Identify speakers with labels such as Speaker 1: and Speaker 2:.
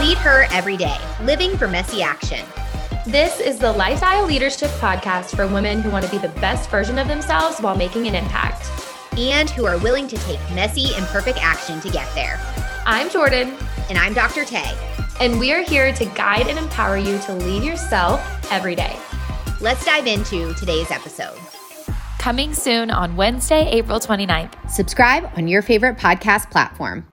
Speaker 1: Lead her every day, living for messy action.
Speaker 2: This is the Lifestyle Leadership Podcast for women who want to be the best version of themselves while making an impact
Speaker 1: and who are willing to take messy, imperfect action to get there.
Speaker 2: I'm Jordan.
Speaker 1: And I'm Dr. Tay.
Speaker 2: And we are here to guide and empower you to lead yourself every day.
Speaker 1: Let's dive into today's episode.
Speaker 2: Coming soon on Wednesday, April 29th.
Speaker 1: Subscribe on your favorite podcast platform.